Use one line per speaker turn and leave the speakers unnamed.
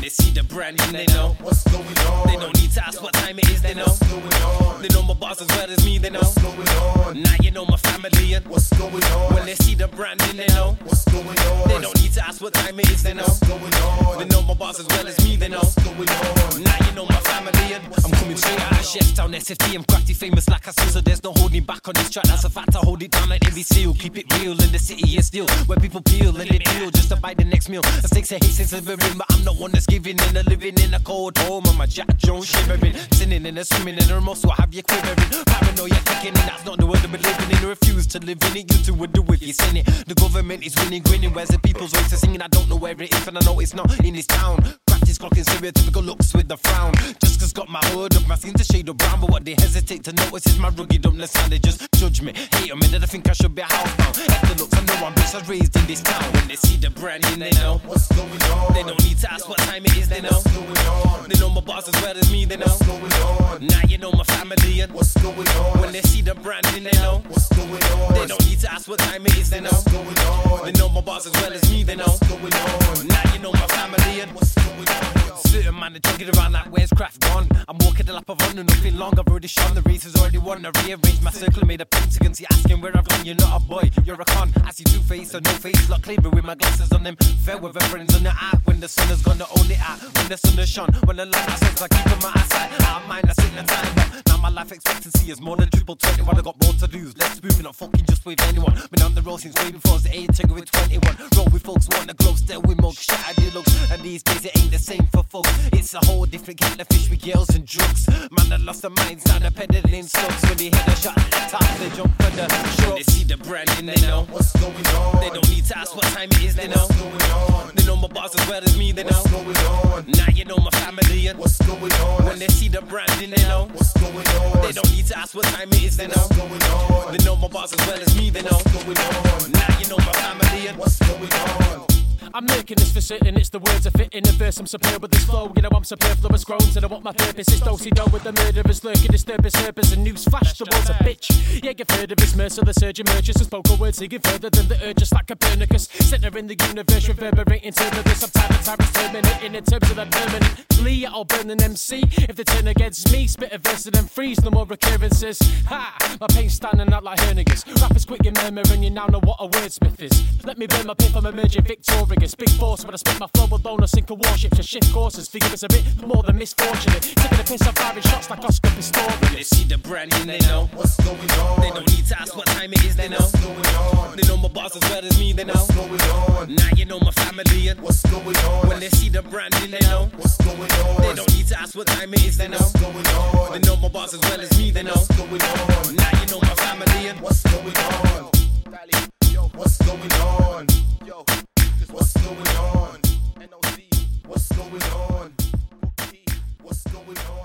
They see the brand and they know.
What's going on?
They don't need to ask what time it is, they know.
What's going on?
They know my boss as well as me, they know.
What's going on?
Now you know my family and
What's going on?
when they see the brand and they know.
What's going on?
They don't need to ask what time it is, they know.
What's going on?
They know my boss as well as me, they know.
What's going on?
Now you know my family and I'm coming straight out of Chef Town SFT. I'm cracky famous like I said, so there's no holding back on this track. That's a fact. I hold it down like ABC. will Keep it real in the city is still where people peel and they deal just to buy the next meal. The stakes are hate since living, but I'm the one that's giving and a living in a cold home. I'm a Jack Jones shivering, sinning and a swimming in a remote, so I have you quivering. Paranoia kicking, and that's not the word that we're living in. Refuse to live in it. You two would do if you sin it. The government is winning, grinning. Where's the people's voice are singing? I don't know where it is, and I know it's not in this town. Practice clocking stereotypical looks with a frown. Just cause got my hood up, my skin's a shade of brown. But what they hesitate to notice is my rugged umness and they just judge me. Hate on me that I think I should be housebound. After looks, I know I'm bitch, I was raised in this town. When they see the brand in, they know.
What's going on?
They don't need to ask what time it is, they know.
What's going on?
They know my boss as well as me, they know.
What's going on?
Now you know my family and
What's going on?
when they see the brand in, they know.
What's going on?
They don't need to ask what time it is, they know.
What's going on?
They know my boss as well as me, they know.
What's going on?
Now you know my family and
What's going on?
Certain man are jogging around like where's craft gone? I'm walking the lap of honor, nothing long, I've already shone. The race has already won, I rearranged my circle, made a pentagon. See, asking where I've gone, you're not a boy, you're a con. I see two face or no face, lot clearer with my glasses on them. Fair weather friends on the eye, when the sun is gone, the only eye. When the sun is shone, when the light shines, I keep in my eyesight. Out of mind, I sit in the time bomb. Now my life expectancy is more than triple 21. I got more to do, let's move, not fucking just with anyone. Been on the road since way before, I was 18 with 21. Roll with folks, want the globe, still with mugs, shit, I do looks. And these days it ain't the same for folks. It's a whole different kettle of fish with girls and drugs. Man, I lost their minds, now they're peddling slugs. When they hear the shot at the top, they jump for the shot. They see the brand and they know.
What's going on?
They don't need to ask what time it is, they know.
What's going on?
They know my boss as well as me, they know.
What's going on?
Now you know my family and
What's going on?
when they see the brand and they know.
What's going on?
They don't need to ask what time it is, they know.
What's going on?
They know my boss as well as me, they know.
What's going on?
Now you know my family and
What's going on?
I'm making this for certain, it's the words I fit in the verse. I'm superb with this flow, you know I'm superfluous groans, and I want my purpose. It's dosey do with the murderers lurking, disturbance, purpose, and newsflash, the world's a bitch. Yeah, you've heard of his merciless urge emerges, and spoken words singing further than the urges like Copernicus. Center in the universe, reverberating term of this. I'm tired of tyrants terminating in terms of that permanent flea. I'll burn an MC if they turn against me, spit a verse and then freeze, no more recurrences. Ha! My pain's standing out like Hernigers. Rappers quick and murmuring, you now know what a wordsmith is. Let me burn my pip, I'm emerging victorious. Big force when I spit my flow alone, I sink a warship to shift courses. Figure it's a bit more than misfortunate. Taking a piss, I'm firing shots like Oscar Pistorius.
They see the brand and they know.
What's going on?
They don't need to ask what time it is, they know.
What's going on?
They know my boss as well as me, they know.
What's going on?
Now you know my family and
What's going on?
when they see the brand and they know.
What's going on?
They don't need to ask what time it is, they know.
What's going on?
They know my boss as well as me, they know.
What's going on?
Now you know my family and
What's going on? What's going on? What's going on? What's going on? What's going on?